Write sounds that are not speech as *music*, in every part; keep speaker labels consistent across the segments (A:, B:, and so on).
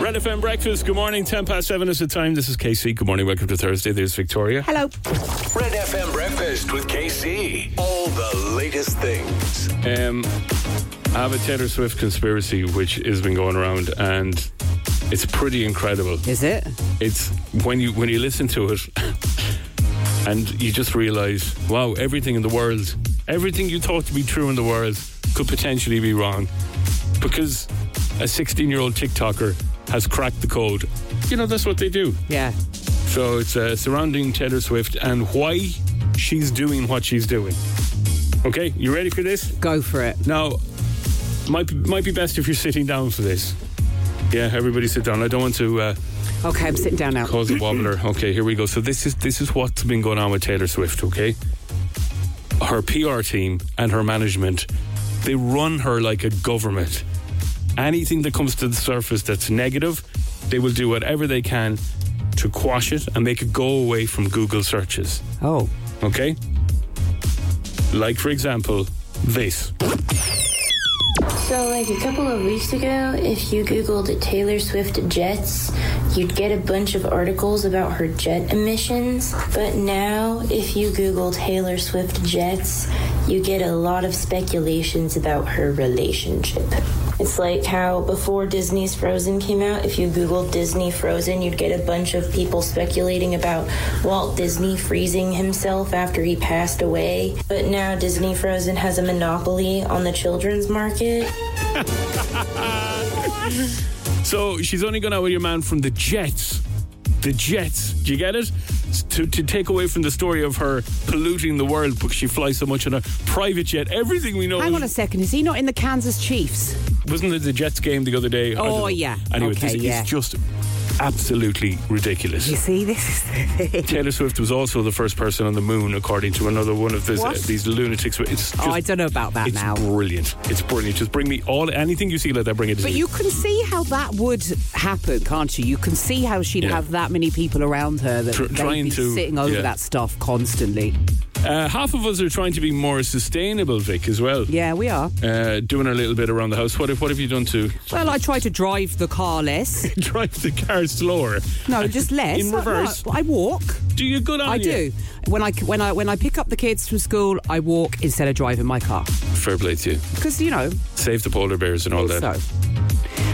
A: Red FM Breakfast. Good morning. 10 past 7 is the time. This is Casey. Good morning. Welcome to Thursday. There's Victoria.
B: Hello.
C: Red FM Breakfast with KC. All the latest things.
A: Um, I have a Taylor Swift conspiracy which has been going around and it's pretty incredible.
B: Is it?
A: It's when you when you listen to it *laughs* and you just realize, wow, everything in the world, everything you thought to be true in the world could potentially be wrong because a 16-year-old TikToker has cracked the code. You know that's what they do.
B: Yeah.
A: So it's uh, surrounding Taylor Swift and why she's doing what she's doing. Okay, you ready for this?
B: Go for it.
A: Now, might be, might be best if you're sitting down for this. Yeah, everybody sit down. I don't want to uh,
B: Okay, I'm sitting down now.
A: cause a wobbler. Okay, here we go. So this is this is what's been going on with Taylor Swift. Okay, her PR team and her management, they run her like a government. Anything that comes to the surface that's negative, they will do whatever they can to quash it and make it go away from Google searches.
B: Oh.
A: Okay? Like, for example, this.
D: So, like a couple of weeks ago, if you Googled Taylor Swift jets, you'd get a bunch of articles about her jet emissions. But now, if you Google Taylor Swift jets, you get a lot of speculations about her relationship. It's like how before Disney's Frozen came out, if you Googled Disney Frozen, you'd get a bunch of people speculating about Walt Disney freezing himself after he passed away. But now Disney Frozen has a monopoly on the children's market.
A: So she's only gone out with your man from the Jets. The Jets. Do you get it? S- To, to take away from the story of her polluting the world because she flies so much on a private jet. Everything we know
B: Hang on a
A: is-
B: second. Is he not in the Kansas Chiefs?
A: wasn't it the Jets game the other day? I don't
B: Oh,
A: know.
B: yeah.
A: Anyway,
B: Okay,
A: this
B: yeah.
A: is just absolutely ridiculous.
B: You see, this is
A: *laughs*
B: the thing.
A: Taylor Swift was also the first person on the moon, according to another one of this,
B: What?
A: these lunatics. It's just,
B: Oh, I don't know about that
A: it's
B: now.
A: brilliant. It's brilliant. Just bring me all anything you see like that. Bring it. to
B: But
A: me.
B: you can see how that would happen, can't you? You can see how she'd
A: Yeah.
B: have that many people around her that
A: Tr-
B: they'd
A: trying
B: be
A: to-
B: sitting over
A: yeah.
B: that stuff constantly.
A: Uh, half of us are trying to be more sustainable, Vic, as well.
B: Yeah, we are.
A: Uh, doing a little bit around the house. What if? What have you done to *laughs*
B: Well, I try to drive the car less.
A: drive the car slower? *laughs*
B: No, just less.
A: In
B: Not-
A: reverse. Oh,
B: not- I walk.
A: Do you good on
B: I
A: you?
B: do. When I when I when I pick up the kids from school, I walk instead of driving my car
A: Fair play to you.
B: because you know
A: Save the polar bears and all that.
B: so.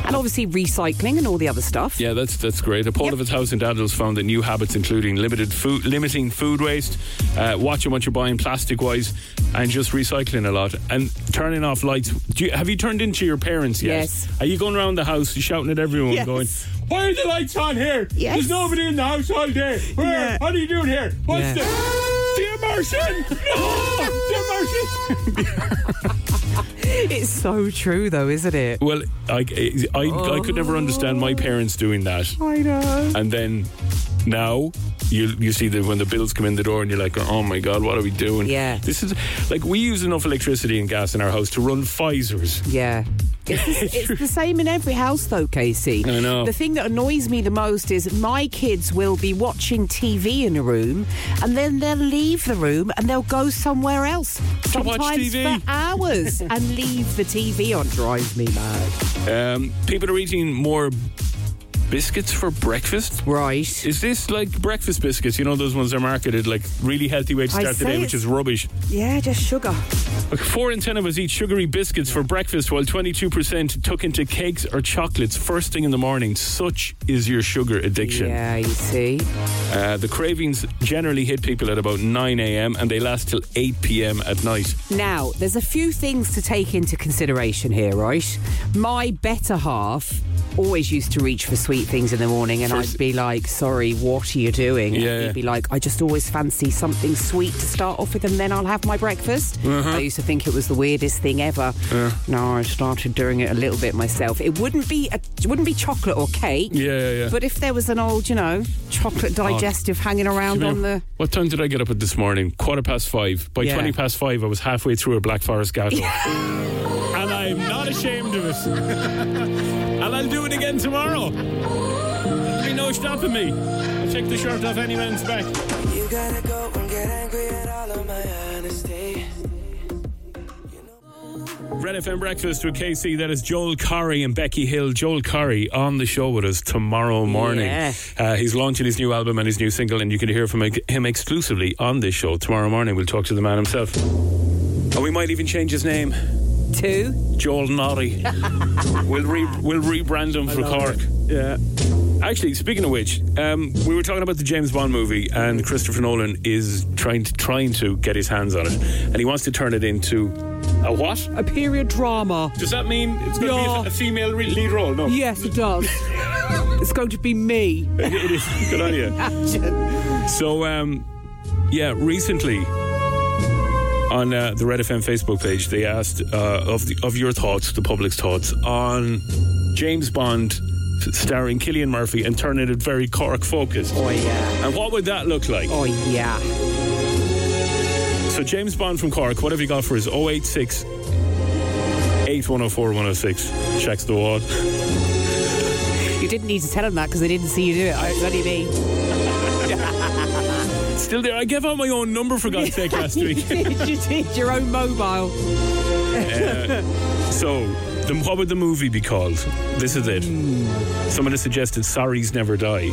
B: And obviously recycling and all the other stuff.
A: Yeah, that's that's great. A poll
B: Yep.
A: of a thousand adults found that new habits, including limited food, limiting food waste, uh, watching what you're buying plastic-wise, and just recycling a lot and turning off lights. Do you, have you turned into your parents yet?
B: Yes.
A: Are you going around the house shouting at everyone,
B: Yes.
A: going, "Why are the lights on here?
B: Yes.
A: There's nobody in the house all day. Where?
B: Yeah.
A: What are you doing here? What's
B: Yeah.
A: the the
B: *laughs*
A: immersion? No, the immersion."
B: *laughs* It's so true though, isn't it?
A: Well, I, I,
B: Oh.
A: I could never understand my parents doing that.
B: I know.
A: and then now you you see that when the bills come in the door and you're like, oh my god, what are we doing?
B: Yeah.
A: this is like we use enough electricity and gas in our house to run Pfizer's.
B: Yeah.
A: *laughs*
B: It's, the- it's the same in every house, though, Casey.
A: I know.
B: The thing that annoys me the most is my kids will be watching TV in a room, and then they'll leave the room and they'll go somewhere else.
A: To watch
B: sometimes
A: TV.
B: for
A: *laughs*
B: hours, and leave the TV on. Drives me mad.
A: Um, people are eating more biscuits for breakfast.
B: Right.
A: Is this like breakfast biscuits? You know those ones that are marketed like really healthy way to
B: I
A: start the
B: say
A: day, which
B: it's-
A: is rubbish.
B: Yeah, just sugar.
A: Look, Four in ten of us eat sugary biscuits for breakfast, while twenty-two percent took into cakes or chocolates first thing in the morning. Such is your sugar addiction.
B: Yeah, you see.
A: Uh, the cravings generally hit people at about 9 a.m. and they last till 8 p.m. at night.
B: Now, there's a few things to take into consideration here, right? My better half always used to reach for sweet things in the morning, and
A: First-
B: I'd be like, "Sorry, what are you doing?"
A: Yeah.
B: And he'd be like, "I just always fancy something sweet to start off with, and then I'll have my breakfast."
A: Uh-huh.
B: I used to think it was the weirdest thing ever. No, I started doing it a little bit myself. It wouldn't be a, it wouldn't be chocolate or cake.
A: Yeah, yeah.
B: But if there was an old, you know, chocolate digestive hanging around on the
A: What time did I get up at this morning? Quarter past five. By
B: Yeah.
A: 20 past five, I was halfway through a Black Forest gavel. and I'm not ashamed of it. *laughs* and I'll do it again tomorrow. There'll be no stopping me. I'll take the shirt off any man's back.
E: You gotta go and get angry at all of my honesty. You know-
A: Red FM Breakfast with KC. That is Joel Corry and Becky Hill. Joel Corry on the show with us tomorrow morning.
B: Yeah.
A: Uh, he's launching his new album and his new single, and you can hear from him exclusively on this show tomorrow morning. We'll talk to the man himself. And we might even change his name.
B: Two.
A: Joel Noddy. we'll re- we'll rebrand him for Cork. Yeah. Actually, speaking of which, um, we were talking about the James Bond movie, and Christopher Nolan is trying to trying to get his hands on it, and he wants to turn it into a what?
B: A period drama.
A: Does that mean it's going to
B: Yeah.
A: be a, a female re- lead role? No.
B: Yes, it does. it's going to be me.
A: it is. *laughs* Good on you. So, um, yeah, recently on uh, the Red FM Facebook page, they asked uh, of the, of your thoughts, the public's thoughts on James Bond starring Killian Murphy and turning it very Cork focused.
B: Oh yeah.
A: And what would that look like?
B: Oh yeah.
A: So James Bond from Cork, what have you got for us? 086 8104 106. Checks the wall.
B: You didn't need to tell him that because they didn't see you do it. Oh, it's only
A: *laughs*
B: me. *laughs*
A: Still there. I gave out my own number for God's sake last week.
B: you did your own mobile.
A: So, the, what would the movie be called? This is it. Someone has suggested Sorries Never *laughs* Die.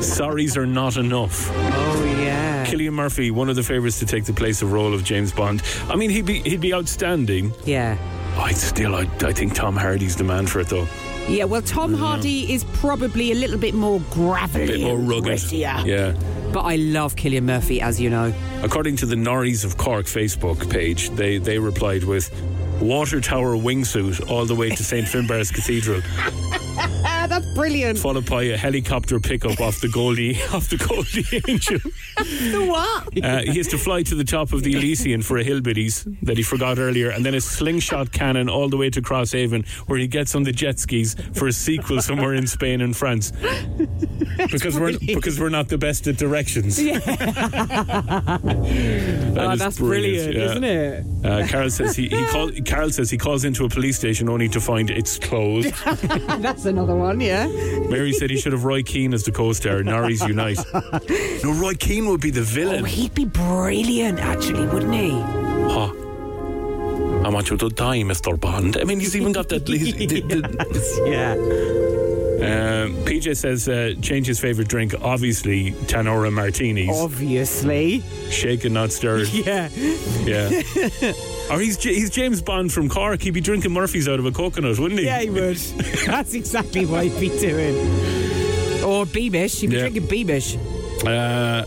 A: Sorries are not enough.
B: Oh yeah.
A: Killian Murphy, one of the favourites to take the place of role of James Bond. I mean, he'd be he'd be outstanding.
B: *laughs* Yeah.
A: I still, I, I think Tom Hardy's the man for it though.
B: Yeah. Well, Tom Hardy is probably a little bit more gravelly,
A: A Mm. bit more
B: and
A: rugged.
B: grittier.
A: Yeah.
B: But I love Killian Murphy, as you know.
A: According to the Norries of Cork Facebook page, they they replied with water tower wingsuit all the way to *laughs* St Finbarr's Cathedral.
B: Ah, that's
A: *laughs*
B: brilliant.
A: followed by a helicopter pickup off the Goldie *laughs* off the Goldie Angel.
B: The
A: *laughs*
B: what?
A: Uh, he has to fly to the top of the Elysian for a hillbillies that he forgot earlier, and then a slingshot cannon all the way to Crosshaven, where he gets on the jet skis for a sequel somewhere in Spain and France. Because *laughs* we're because we're not the best at directions. *laughs* That
B: Oh,
A: is
B: that's
A: brilliant,
B: brilliant,
A: yeah.
B: isn't it?
A: Uh, Carol says he, he call, Carol says he calls into a police station only to find it's *laughs* closed.
B: That's another one, yeah.
A: Mary said he should have Roy Keane as the co-star. Norris unite. *laughs* No, Roy Keane would be the
B: Oh,
A: villain.
B: he'd be brilliant, actually, wouldn't he?
A: Huh. I want you to die, Mr. Bond. I mean, he's even got that. he's-
B: *laughs*
A: the- the-
B: Yeah.
A: Um, PJ says, uh, change his favourite drink. Obviously, Tanora martinis.
B: Obviously.
A: Shake and not stirred.
B: Oh. *laughs* Yeah. *laughs*
A: Yeah. or he's, J- he's James Bond from Cork. He'd be drinking Murphy's out of a coconut, wouldn't he?
B: Yeah,
A: *laughs*
B: he would. That's exactly what he'd be doing. Or Beamish. He'd be
A: Yeah.
B: drinking Beamish.
A: Uh,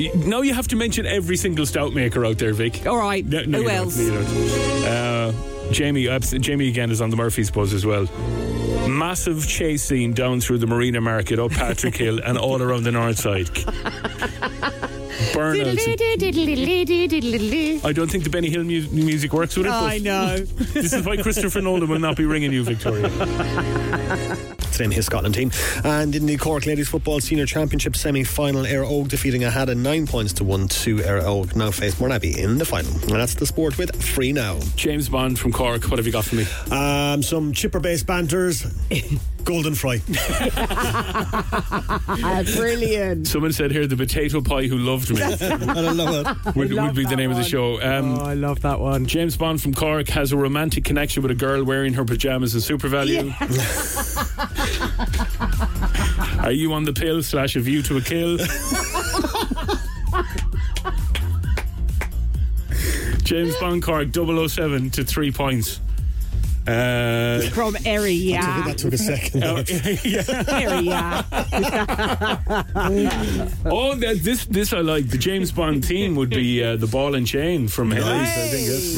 A: y- now you have to mention every single stout maker out there, Vic.
B: All right.
A: No, no,
B: Who
A: you don't.
B: else?
A: No, you don't. Uh, Jamie, abs- Jamie again is on the Murphy's buzz as well. Massive chase scene down through the Marina Market, up Patrick Hill, and all around the north
B: *laughs*
A: side. Burnouts. I don't think the Benny Hill mu- music works with it.
B: I know. *laughs*
A: But this is why Christopher Nolan will not be ringing you, Victoria.
E: today in his Scotland team. And in the Cork Ladies Football Senior Championship semi final, Air Og defeating Ahada 9 points to 1 2. Air Og now face Mornabi in the final. And that's the sport with Free Now.
A: James Bond from Cork. What have you got for me?
E: Um, some chipper
A: *laughs*
E: based banters. Golden Fry.
B: brilliant.
A: Someone said here the potato pie who loved me
B: *laughs*
E: I don't know it.
A: would,
B: love
A: would be the
B: that
A: name of the
B: one. Oh,
A: show. Um,
B: I love that one.
A: James Bond from Cork has a romantic connection with a girl wearing her pajamas and super value. *laughs* Are you on the pill slash a view to a
B: *laughs*
A: kill? James Bond Cork 007 to three points.
B: *laughs*
A: Uh,
B: From Erie, yeah.
E: That took a second. there.
B: Erie, yeah.
A: oh, that, this this I like. The James Bond theme would be uh, the ball and chain from Henry's. I think that's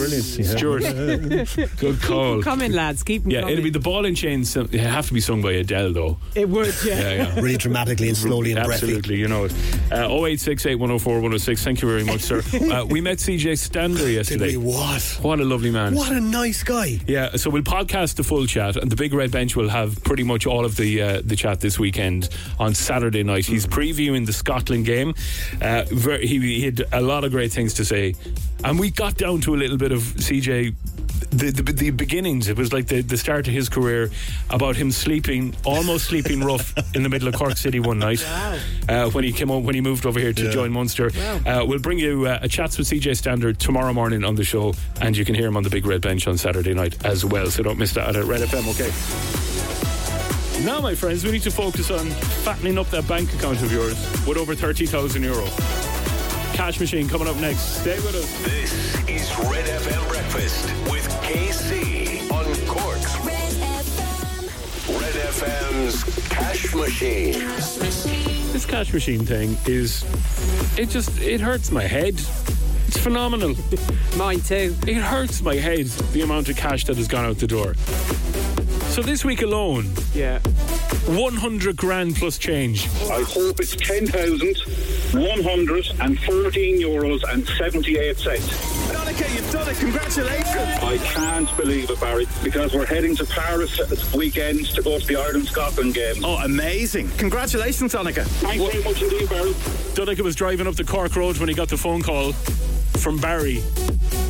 B: *laughs*
A: brilliant. Stuart, good call.
B: Come in, lads. Keep them
A: Yeah,
B: coming.
A: it'll be the ball and chain. sung- It'd have to be sung by Adele, though.
B: It would, yeah.
A: Yeah, yeah.
E: Really dramatically and slowly and breathy.
A: Absolutely, you know it. Uh, 0868 104 106. Thank you very much,
E: *laughs*
A: sir. Uh, we met CJ Stander
E: Did
A: yesterday.
E: we what?
A: What a lovely man.
E: What a
A: *laughs*
E: nice guy.
A: Yeah, so we'll podcast the full chat, and the Big Red Bench will have pretty much all of the uh, the chat this weekend on Saturday night.
E: Mm.
A: He's previewing the Scotland game. Uh, ver- he, he had a lot of great things to say, and we got down to a little bit of CJ the, the, the beginnings. It was like the, the start of his career about him sleeping, almost sleeping rough in the middle of Cork City one night uh, when he came on, when he moved over here to
E: Yeah.
A: join Munster. Uh, we'll bring you uh, a chats with CJ Standard tomorrow morning on the show, and you can hear him on the Big Red Bench on Saturday night as well. So don't miss that at Red FM, okay? Now, my friends, we need to focus on fattening up that bank account of yours with over 30,000 euro. Cash machine coming up next. Stay with us.
C: This is Red FM Breakfast with KC on Cork's
F: Red FM.
C: Red FM's Cash Machine.
A: This cash machine thing is it just it hurts my head. It's phenomenal.
B: *laughs* Mine too.
A: It hurts my head the amount of cash that has gone out the door. So this week alone,
B: Yeah.
A: 100 grand plus change.
G: I hope it's 10,114 euros and 78 cents.
H: Monica, you've done it. Congratulations.
G: I can't believe it, Barry, because we're heading to Paris this weekend to go to the Ireland Scotland game.
H: Oh, amazing. Congratulations, Annika.
G: Thanks very much indeed, Barry.
A: Duddick was driving up the Cork Road when he got the phone call from Barry.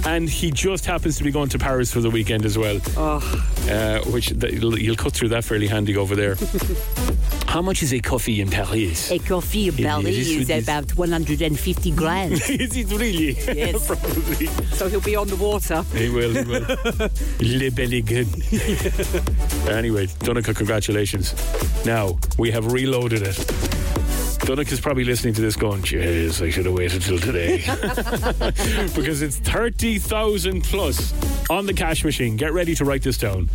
A: And he just happens to be going to Paris for the weekend as well. Uh, which th- you'll you'll cut through that fairly handy over
B: *laughs*
A: there. How much is a coffee in Paris?
I: A coffee belly
A: is
I: is
A: with this-
I: about 150
A: *laughs*
I: grand.
A: is it really?
I: Yes.
A: *laughs* Probably.
B: So he'll be on the water.
A: He will, he will. *laughs* Le belly good. *laughs* anyway, Dunica, congratulations. Now, we have reloaded it. Dunica is probably listening to this going, jeez, I should have waited till today. *laughs* because it's 30,000 plus on the cash machine. Get ready to write this down.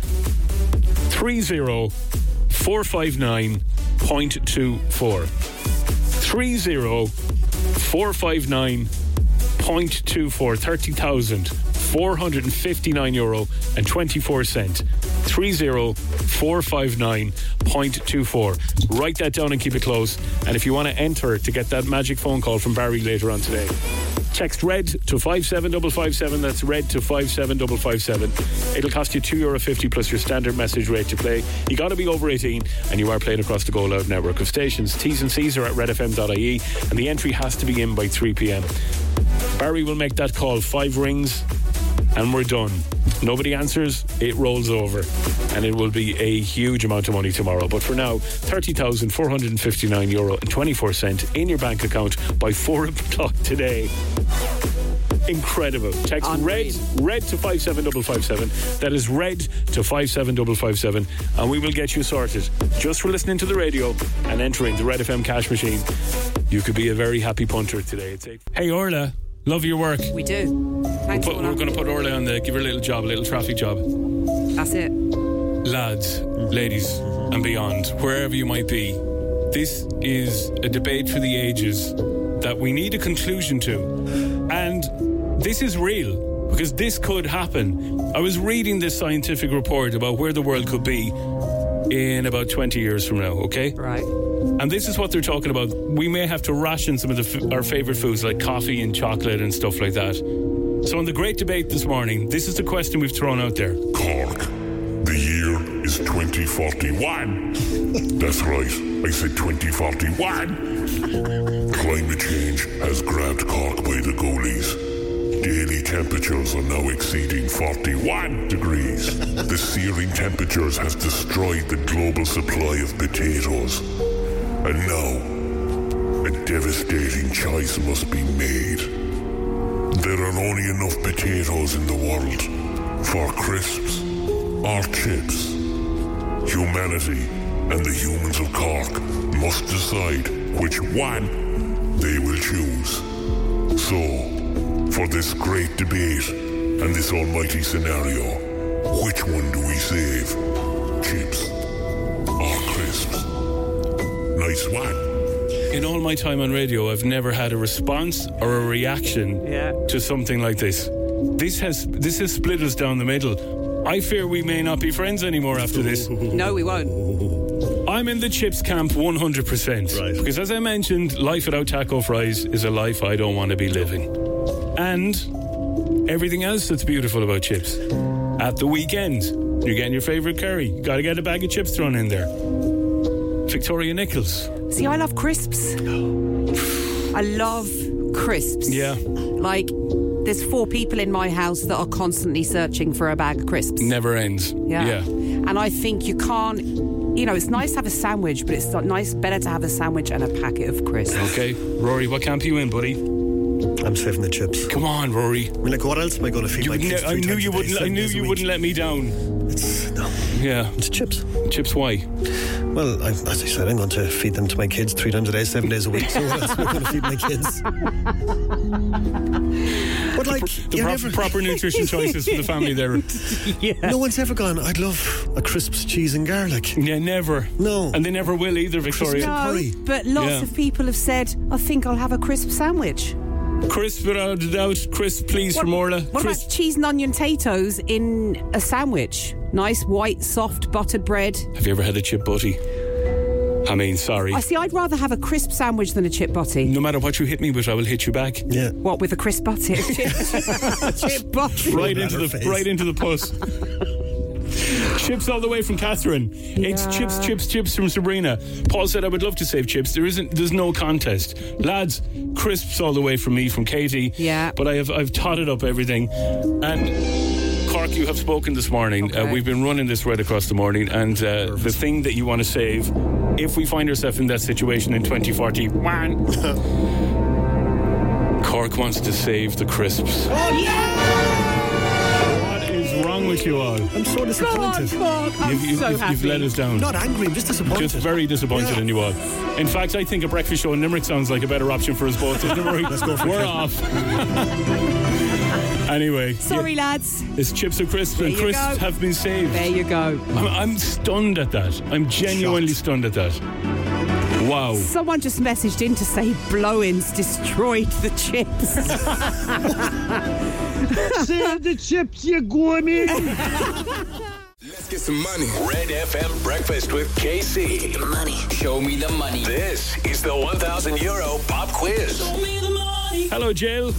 A: 30459.24. 30459 Point two four thirty thousand four hundred and fifty nine euro and twenty four cent three zero four five nine point two four. Write that down and keep it close. And if you want to enter to get that magic phone call from Barry later on today, text red to five seven double five seven. That's red to five seven double five seven. It'll cost you two euro fifty plus your standard message rate to play. You got to be over eighteen, and you are playing across the Go Loud network of stations. T's and C's are at redfm.ie, E and the entry has to be in by three p.m. Barry will make that call. Five rings, and we're done. Nobody answers, it rolls over. And it will be a huge amount of money tomorrow. But for now, €30,459.24 and 24 cent in your bank account by 4 *laughs* o'clock today. Incredible. Text red,
B: Unreal.
A: red to 57557. That is red to 57557. And we will get you sorted. Just for listening to the radio and entering the Red FM cash machine, you could be a very happy punter today. It's eight. Hey, Orla. Love your work.
B: We do. Thanks,
A: But we're
B: Lorna.
A: going to put Orla on the give her a little job, a little traffic job.
B: That's it.
A: Lads, ladies, and beyond, wherever you might be, this is a debate for the ages that we need a conclusion to. And this is real because this could happen. I was reading this scientific report about where the world could be in about 20 years from now, okay?
B: Right.
A: And this is what they're talking about. We may have to ration some of the f- our favorite foods like coffee and chocolate and stuff like that. So, in the great debate this morning, this is the question we've thrown out there.
J: Cork. The year is 2041. That's right, I said 2041. Climate change has grabbed Cork by the goalies. Daily temperatures are now exceeding 41 degrees. The searing temperatures has destroyed the global supply of potatoes. And now, a devastating choice must be made. There are only enough potatoes in the world for crisps or chips. Humanity and the humans of Cork must decide which one they will choose. So, for this great debate and this almighty scenario, which one do we save? Chips or crisps? Nice one.
A: In all my time on radio, I've never had a response or a reaction
B: Yeah.
A: to something like this. This has this has split us down the middle. I fear we may not be friends anymore after
B: *laughs*
A: this.
B: No, we won't.
A: I'm in the chips camp 100%.
E: Right.
A: Because as I mentioned, life without taco fries is a life I don't want to be living. And everything else that's beautiful about chips. At the weekend, you're getting your favorite curry. You got to get a bag of chips thrown in there. Victoria Nichols.
B: See, I
A: *gasps*
B: love crisps. I love crisps.
A: Yeah.
B: Like, There's four people in my house that are constantly searching for a bag of crisps.
A: Never ends.
B: Yeah.
A: yeah.
B: And I think you can't, you know, it's nice to have a sandwich, but it's not nice, better to have a sandwich and a packet of crisps.
A: Okay, Rory, what camp are you in, buddy?
E: I'm saving the chips.
A: Come on, Rory.
E: I mean, like, what else am I going to feed
A: You
E: my
A: kn-
E: kids?
A: I
E: three
A: knew
E: times
A: you
E: a day,
A: wouldn't. I
E: seven
A: knew
E: days a
A: you
E: week?
A: wouldn't let me down.
E: It's, no,
A: Yeah,
E: it's chips.
A: chips. Why?
E: Well, I, as I said, I'm going to feed them to my kids three times a day, seven days a week.
A: *laughs*
E: So what else am I going to feed my kids? But like,
A: The
E: you
A: prop-
E: never,
A: proper
E: *laughs*
A: nutrition choices for the family there.
E: no one's ever gone. I'd love a crisps, cheese, and garlic.
A: Yeah, never.
E: No.
A: and they never will either, Victoria.
E: No. Hurry.
B: but lots
A: Oh, Yeah.
B: of people have said, I think I'll have a crisp sandwich.
A: Crisp without a doubt. Crisp, please, from Orla.
B: What
A: Crisp.
B: about cheese and onion potatoes in a sandwich? Nice white, soft buttered bread.
A: Have you ever had a chip butty? I mean, sorry.
B: I see. I'd rather have a crisp sandwich than a chip butty.
A: No matter what you hit me with, I will hit you back.
E: Yeah.
B: What with a crisp butty? *laughs* chip butty.
A: *laughs* Right
E: Right
A: into
E: in
A: the
E: her face.
A: right into the puss. chips all the way from Catherine. It's chips, chips, chips from Sabrina. Paul said I would love to save chips. There isn't there's no contest. Lads, crisps all the way from me, from Katie.
B: Yeah.
A: But I have I've totted up everything. And Cork, you have spoken this morning. Uh,
B: Okay.
A: we've been running this right across the morning, and uh, the thing that you want to save, if we find ourselves in that situation in 2040,
B: *laughs*
A: Cork wants to save the
B: Oh,
A: crisps. What is wrong with you all?
E: I'm so
B: Go on,
E: disappointed.
B: Cork. I'm
A: you've, you've-
B: so
A: you've-
B: happy.
A: you've let us down.
E: Not angry. I'm just disappointed.
A: Just very
E: *laughs*
A: disappointed
E: Yeah.
A: in you all. In fact, I think a breakfast show in Limerick sounds like a better option for us both.
B: *laughs*
A: So don't worry,
E: Let's go for
A: We're
E: it.
A: off. anyway,
B: Sorry, lads.
A: yeah, it's chips and crisps,
B: There
A: and
B: you
A: crisps
B: go.
A: have been saved.
B: There you go.
A: I'm, I'm stunned at that. I'm genuinely
E: Shocked.
A: stunned at that. Wow.
B: Someone just messaged in to say blow-ins destroyed the chips.
F: Let's get some money.
C: Red FM Breakfast with KC.
F: Money. Show me the money.
C: This is the 1000 euro pop quiz.
A: Hello, Jill.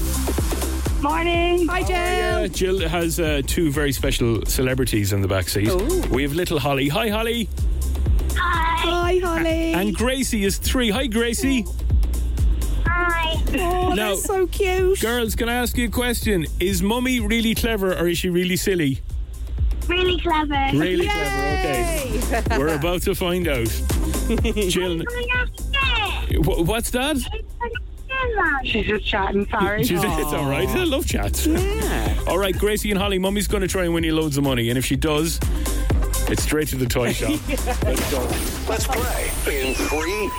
K: Morning.
B: Hi,
A: Uh,
B: Jill.
A: Jill has uh, two very special celebrities in the back seat. We have little Holly. Hi, Holly.
K: Hi.
B: Hi, Holly.
A: And Gracie is three. Hi, Gracie.
K: Hi.
B: oh,
A: now-
B: that's so cute.
A: Girls, can I ask you a question? Is mummy really clever or is she really silly?
K: Really clever.
A: Really clever, okay. We're about to find out. Jill, wh- what's that?
K: She's just chatting, sorry.
A: She's, it's all right. I love chats.
B: Yeah.
A: All right, Gracie and Holly, mummy's going to try and win you loads of money. And if she does, it's straight to the toy shop.
C: Let's play in three,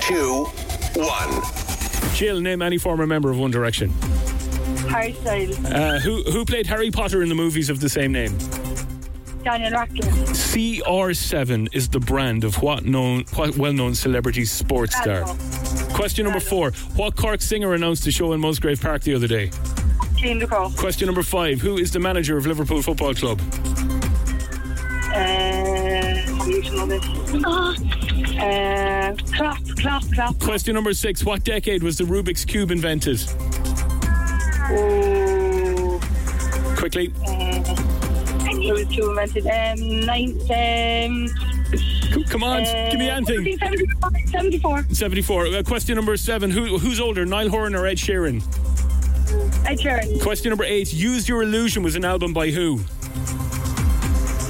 C: two, one.
A: Jill, name any former member of One Direction.
K: Harry Styles,
A: Uh, who, who played Harry Potter in the movies of the same name?
K: Daniel Radcliffe,
A: CR7 is the brand of what known, what well-known celebrity sports star? Question number four: What Cork singer announced a show in Musgrave Park the other day?
K: Jean Ducrow,
A: Question number five: Who is the manager of Liverpool Football Club?
K: uh, how do you know this? Uh, clap, clap, clap.
A: Question number six: What decade was the Rubik's Cube invented?
K: Ooh.
A: Quickly,
K: Uh, it was too romantic. Um, ninth, um,
A: C- come on,
K: uh,
A: give me anything.
K: 74.
A: Seventy-four. Uh, question number seven: Who who's older, Niall Horan or Ed Sheeran?
K: Ed Sheeran.
A: Question number eight: Use Your Illusion was an album by who?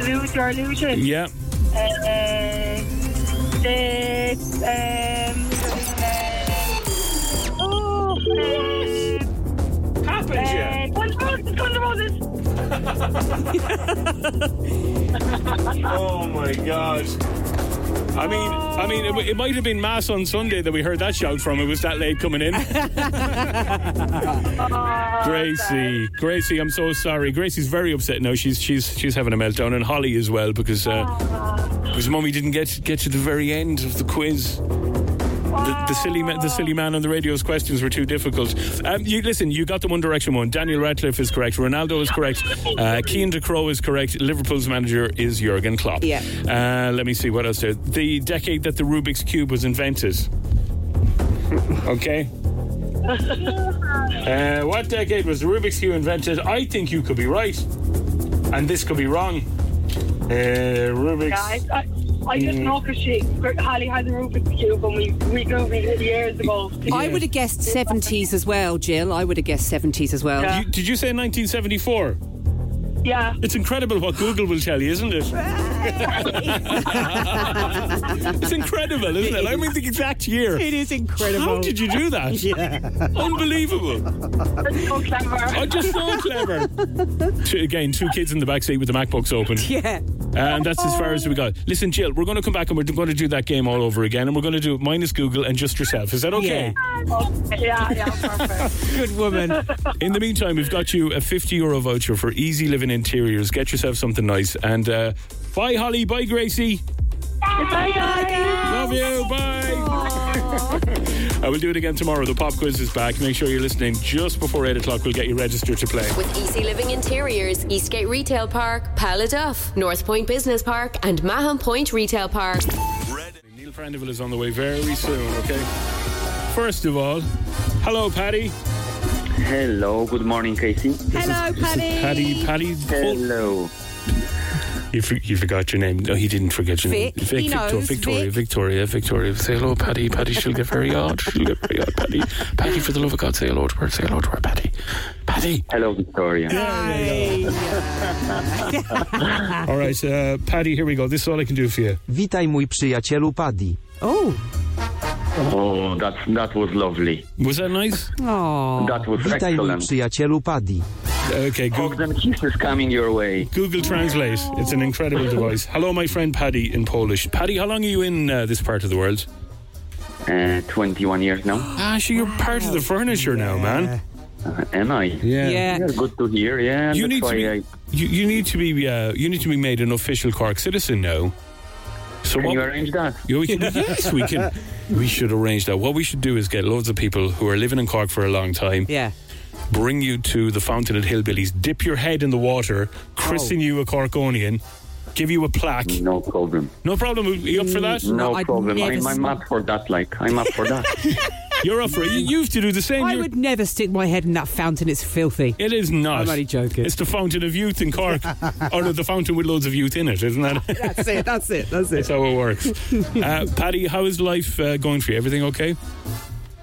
K: Lose your illusion.
A: Yeah.
K: Uh, the, um, uh, oh, uh, uh, Guns N' Roses, Guns N' Roses.
A: Oh my God. I mean, I mean, it, w- it might have been mass on Sunday that we heard that shout from. It was that late coming in. Gracie, Gracie, I'm so sorry. Gracie's very upset now. She's she's she's having a meltdown, and Holly as well because uh, because Mummy didn't get get to the very end of the quiz. The, the silly ma- the silly man on the radio's questions were too difficult. Um, you listen. You got the One Direction one. Daniel Radcliffe is correct. Ronaldo is correct. Uh, Keane De Croo is correct. Liverpool's manager is Jurgen Klopp.
B: Yeah.
A: Uh, let me see what else. There. The decade that the Rubik's cube was invented. Okay. Uh, what decade was the Rubik's Cube invented? I think you could be right. And this could be wrong. Uh, Rubik's.
K: Yeah, I, I,
L: I
J: Mm.
L: didn't know because she, Holly has a Rubik's Cube and we, we Googled it years ago.
B: I would have guessed 70s as well, Jill. I would have guessed 70s as well.
A: You- did you say 1974?
L: Yeah.
A: It's incredible what Google will tell you, isn't it? *laughs* it's incredible, isn't it? I mean, the exact year.
B: *laughs*
L: It is incredible.
A: How did you do that?
L: Yeah.
A: Unbelievable.
L: That's so clever.
A: Oh, just so clever.
L: *laughs*
A: Two, again, two kids in the back seat with the MacBooks open.
B: Yeah.
A: And that's as far as we got. Listen, Jill, we're going to come back and we're going to do that game all over again, and we're going to do it minus Google and just yourself. Is that okay?
L: Okay, yeah, yeah, perfect. *laughs*
A: Good woman. In the meantime, we've got you a 50 euro voucher for Easy Living Interiors. Get yourself something nice. And uh, bye, Holly. Bye, Gracie.
L: Bye, guys.
A: Love you. Bye. *laughs* I will do it again tomorrow. The pop quiz is back. Make sure you're listening just before 8 o'clock. We'll get you registered to play.
K: With Easy Living Interiors, Eastgate Retail Park, Paladuff, North Point Business Park, and Mahon Point Retail Park.
A: Neil Prandeville is on the way very soon, okay? First of all, hello, Paddy.
J: Hello, good morning, Casey.
B: Hello,
A: Paddy. Paddy.
J: Hello.
A: You, for, you forgot your name. No, he didn't forget your name.
B: Vic, he
A: Victor-
B: knows,
A: Victoria, Victoria, Victoria. Say hello, Paddy. Paddy, she'll get very odd. She'll get very odd, Paddy. Paddy, for the love of God, say hello to her. Say hello to her, Paddy. Paddy.
J: Hello, Victoria.
A: all right, uh, Paddy, here we go. This is all I can do for you.
E: Witaj mój przyjacielu Paddy.
B: Oh.
J: Oh, that, that was lovely.
A: Was that nice?
B: Oh.
J: That was
E: Witaj mój
J: excellent.
E: przyjacielu Paddy.
A: Okay,
J: Hugs and kisses coming your way.
A: Google Translate. It's an incredible device. Hello, my friend Paddy in Polish. Paddy, how long are you in uh, this part of the world?
J: Uh, 21 years now,
A: Ah, so you're part of the furniture now, man.
J: am I?
A: Yeah. Yeah.
J: Good to hear, yeah.
A: You
J: that's
A: need to
J: why
A: be,
J: I,
A: you, you need to be, uh, you need to be made an official Cork citizen now. So
J: Can
A: what?
J: you arrange that?
A: Yeah, we can- yes, we can. We should arrange that. What we should do is get loads of people who are living in Cork for a long time.
B: Yeah.
A: Bring you to the Fountain at Hillbillies, dip your head in the water,
B: Oh.
A: christen you a Corkonian, give you a plaque.
J: No problem.
A: No problem. Are you up for that?
J: No problem. I'm, I'm up for that, like. I'm up for that.
A: You're up for
B: *laughs*
A: it. You, you have to do the same.
B: I
A: You're-
B: would never stick my head in that fountain. It's filthy.
A: It is not.
B: I'm only joking.
A: It's the fountain of youth in
B: *laughs*
A: Cork, or the fountain with loads of youth in it, isn't that?
B: That's it. That's it. That's
A: That's
B: it.
A: how it works. Uh, Paddy, how is life uh, going for you? Everything okay?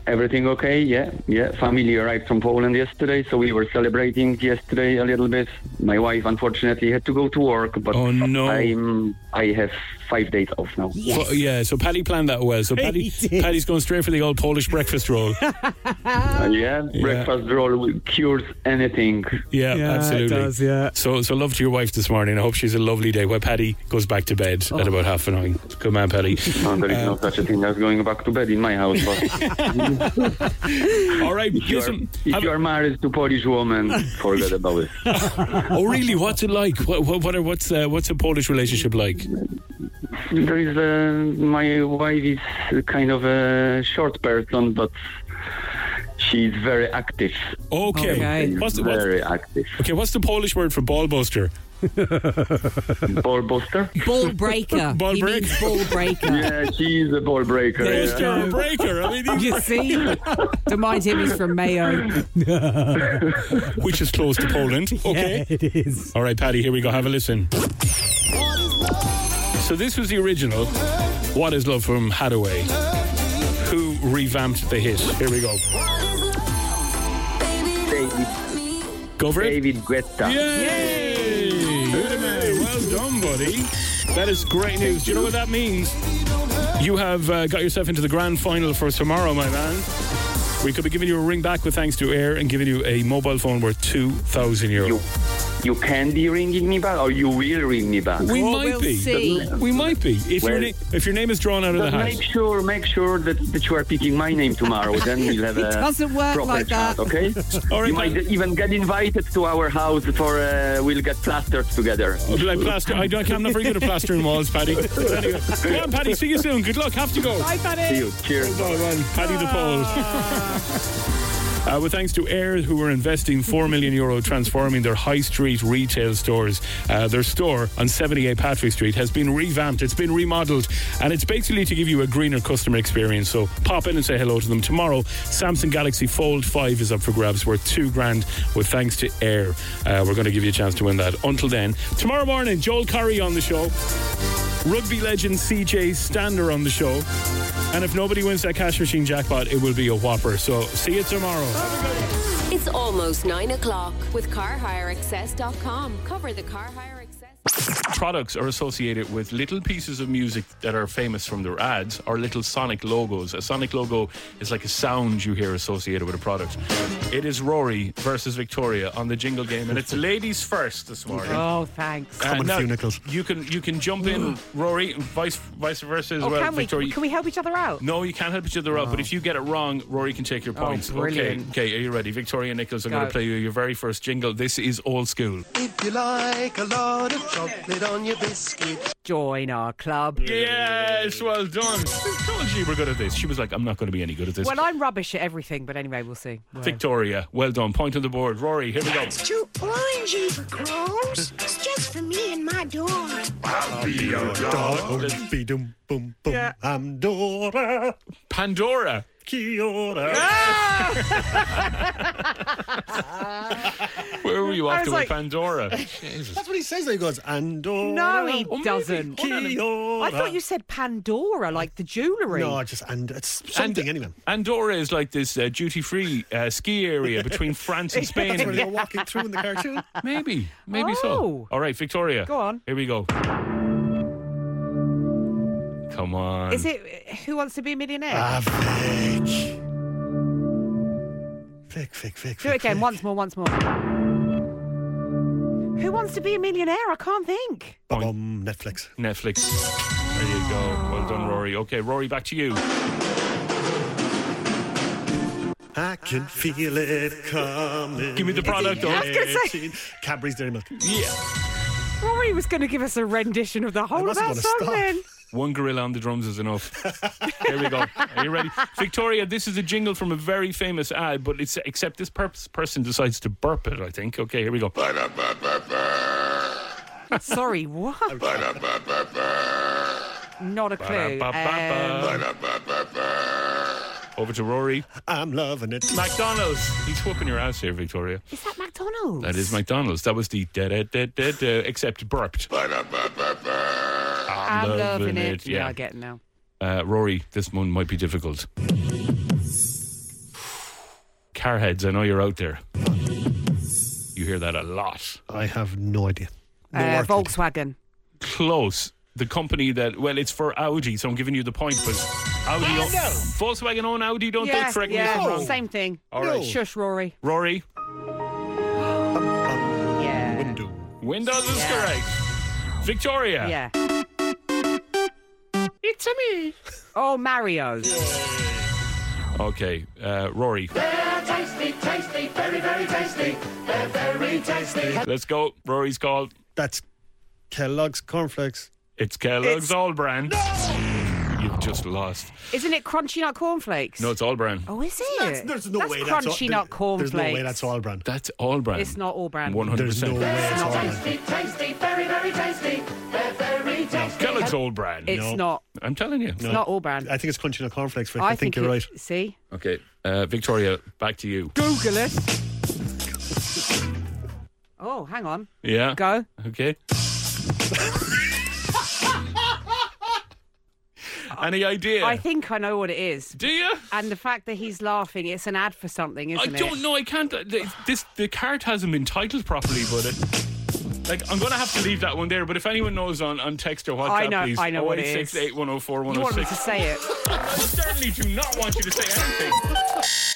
J: Everything okay? Yeah, yeah. Family arrived from Poland yesterday, so we were celebrating yesterday a little bit. My wife unfortunately had to go to work, but
A: Oh, no.
J: I'm I have five days off now.
A: Well, yeah. So Paddy planned that well. So Paddy, Paddy's going straight for the old Polish breakfast
B: *laughs*
A: roll. Oh.
J: Uh, yeah, breakfast roll cures anything.
A: Yeah,
B: Yeah, it
A: absolutely.
B: does, yeah.
A: So, so love to your wife this morning. I hope she's a lovely day. Where Paddy goes back to bed
B: Oh.
A: at about half an hour. Good man,
B: *laughs*
A: Paddy.
J: And there is
A: E,
J: no such a thing as going back to bed in my house.
A: *laughs*
J: But
A: All right.
J: if you are,
A: Listen.
J: if
A: have-
J: you are married to Polish woman, forget about
A: *laughs*
J: it.
A: oh, really? What's it like? What, what, what are, what's uh, what's a Polish relationship like?
J: There is uh, my wife is kind of a short person, but she's very active.
A: Okay.
B: Okay.
A: What's the, what's,
J: Very active.
A: okay. What's the Polish word for ball buster? *laughs*
J: Ball buster.
B: *laughs* Ball breaker.
A: Ball
B: he
A: break-
B: means ball breaker.
J: Yeah, she's a ball breaker.
A: Ball
J: Yeah.
A: star breaker. I
B: *laughs*
A: mean, these-
B: You see? Don't mind him, he's from Mayo.
A: which is close to
E: *laughs*
A: Poland. Okay.
E: It is.
A: All right, Paddy, here we go. Have a listen. So this was the original What is Love from Hadaway, who revamped the hit. Here we go.
J: David,
A: Go for it.
J: David Guetta.
A: Yay! You're the man. Well done, buddy. That is great news. Do you know what that means? You have uh, got yourself into the grand final for tomorrow, my man. We could be giving you a ring back with thanks to Air and giving you a mobile phone worth 2,000 euro.
J: You, you can be ringing me back, or you will ring me back.
A: We
B: Well,
A: might
B: we'll
A: be.
B: see.
A: We might be. If, your
J: Well-
A: na- if your name is drawn out of the
J: But
A: hat.
J: make sure, make sure that, that you are picking my name tomorrow. Then we'll
B: *laughs*
J: have
B: It
J: a
B: doesn't work
J: proper
B: like that. *laughs*
J: chat, okay?
A: All right,
J: you might
A: then.
J: even get invited to our house for uh, we'll get plastered together.
A: Oh, did I plaster? I don't, I'm not very good at plastering walls, Paddy. Anyway, come on, Paddy. See you soon. Good luck. Have to go.
B: Hi,
J: See
B: Paddy.
J: you. Cheers.
A: Well done, Paddy the Pole. *laughs* Uh, with thanks to Air, who are investing 4 million euro transforming their high street retail stores. Uh, their store on 78 Patrick Street has been revamped, it's been remodeled, and it's basically to give you a greener customer experience. So pop in and say hello to them tomorrow. Samsung Galaxy Fold 5 is up for grabs, worth two grand, with thanks to Air. Uh, we're going to give you a chance to win that. Until then, tomorrow morning, Joel Curry on the show.
M: Rugby legend CJ Stander on the show. And if nobody wins that cash machine jackpot, it will be a whopper. So see you tomorrow.
K: It's almost 9 o'clock with carhireaccess.com. Cover the car hire access.
A: Products are associated with little pieces of music that are famous from their ads or little sonic logos. A sonic logo is like a sound you hear associated with a product. It is Rory versus Victoria on the jingle game, and it's ladies first this morning.
B: Oh, thanks.
A: Uh, now, You can you can jump in, Rory, vice vice versa as
B: Oh,
A: well,
B: can we?
A: Victoria.
B: Can we help each other out?
A: No, you can't help each other out, but if you get it wrong, Rory can take your
B: Oh,
A: points. okay,
B: brilliant.
A: okay, are you ready? Victoria Nichols, I'm
B: Go.
A: going to play you your very first jingle. This is old school.
J: If you like a lot of chocolate on your biscuit.
B: Join our club.
A: Yes, well done. I told you you were good at this. She was like, I'm not going to be any good at this.
B: Well, I'm rubbish at everything, but anyway, we'll see. Well,
A: Victoria, well done. Point on the board. Rory, here we go.
J: It's too orangey for crows. It's just for me and my dog.
A: I'll be your
E: oh,
A: dog.
E: Be-dum, boom, boom. I'm Dora.
A: Pandora.
E: Kiora.
A: Ah! Where were you
E: I
A: after
E: was
A: with
E: like-
A: Pandora?
E: That's what he says. There he goes, Andorra.
B: *laughs* No, he
E: Oh,
B: doesn't.
E: Kiora.
B: I thought you said Pandora, like the jewellery.
E: No, just and it's something anyway.
A: Andorra is like this uh, duty free uh, ski area between France and Spain.
E: That's where they were walking through in the
B: *laughs*
E: cartoon.
A: Maybe, maybe so.
E: Oh.
A: All right, Victoria.
B: Go on.
A: Here we go. Come on.
B: Is it Who Wants to Be a Millionaire?
E: Ah, Vic. Vic, Vic, Vic.
B: Do it again, once more, once more. Who wants to be a millionaire? I can't think.
E: Boom, Netflix.
A: Netflix. There you go. Well done, Rory. Okay, Rory, back to you.
E: I can feel it coming.
A: Give me the product, though. I was gonna
B: say-
E: Cadbury's Dairy Milk.
A: Yeah.
B: Rory was going to give us a rendition of the whole of
E: wasn't
B: that
E: gonna
B: song
E: stop.
B: then.
A: One gorilla on the drums is enough. Here we go. Are you ready? Victoria, this is a jingle from a very famous ad, but it's except this per- person decides to burp it, I think. Okay, here we go.
B: Sorry, what? Not a clue. Um,
A: Over to Rory.
E: I'm loving it.
A: McDonald's. He's whooping your ass here, Victoria.
B: is that McDonald's?
A: That is McDonald's. That was the da da da da da, except burped. I'm,
B: I'm loving, it. Yeah.
A: Yeah.
B: I get it now.
A: Uh, Rory, this one might be difficult. Carheads, I know you're out there. You hear that a lot.
E: I have no idea. No
B: Uh,
E: work.
B: Volkswagen.
A: Close. The company that, well, it's for Audi, so I'm giving you the point, but Audi. own- Volkswagen own Audi, Oh, don't
B: yeah,
A: they? Correct me if
B: yeah,
A: I'm wrong.
B: same thing.
A: All right. No.
B: Shush, Rory.
A: Rory,
B: Yeah.
E: Window.
A: Windows is
B: Yeah.
A: correct. Victoria.
B: Yeah. It's a me. Oh, Mario.
A: Okay, uh, Rory.
J: They're tasty, tasty, very, very tasty. They're very tasty.
A: Let's go. Rory's called.
E: That's Kellogg's cornflakes.
A: It's Kellogg's
B: It's-
A: All Brand. You've just lost.
B: Isn't it Crunchy Nut Cornflakes?
A: No, it's All Brand.
B: Oh, is it?
E: That's, there's no
B: that's
E: way
B: crunchy
E: that's all,
B: nut cornflakes.
E: There's no way that's all brand.
A: That's All Brand.
B: It's not all brand.
A: 100%.
E: There's no way that's all brand.
J: Tasty, tasty, very, very tasty. They're very tasty.
A: Kellogg's All Brand.
B: It's
E: No.
B: not.
A: I'm telling you.
B: It's not all brand.
E: I think it's crunchy nut cornflakes. Vic. I, think, you're
B: it-
E: right.
B: See?
A: Okay, uh, Victoria, back to you.
B: Google it. oh, hang on.
A: Yeah.
B: Go. *laughs*
A: Okay. Any idea?
B: I think I know what it is.
A: Do you?
B: And the fact that he's laughing, it's an ad for something,
A: I
B: isn't it?
A: don't know. I can't. uh, th- This the card hasn't been titled properly, but it. Like I'm gonna have to leave that one there. But if anyone knows on, on text or WhatsApp,
B: I know-
A: please.
B: I know what it is.
A: 0868104106.
B: You want me to say it.
A: I certainly do not want you to say anything.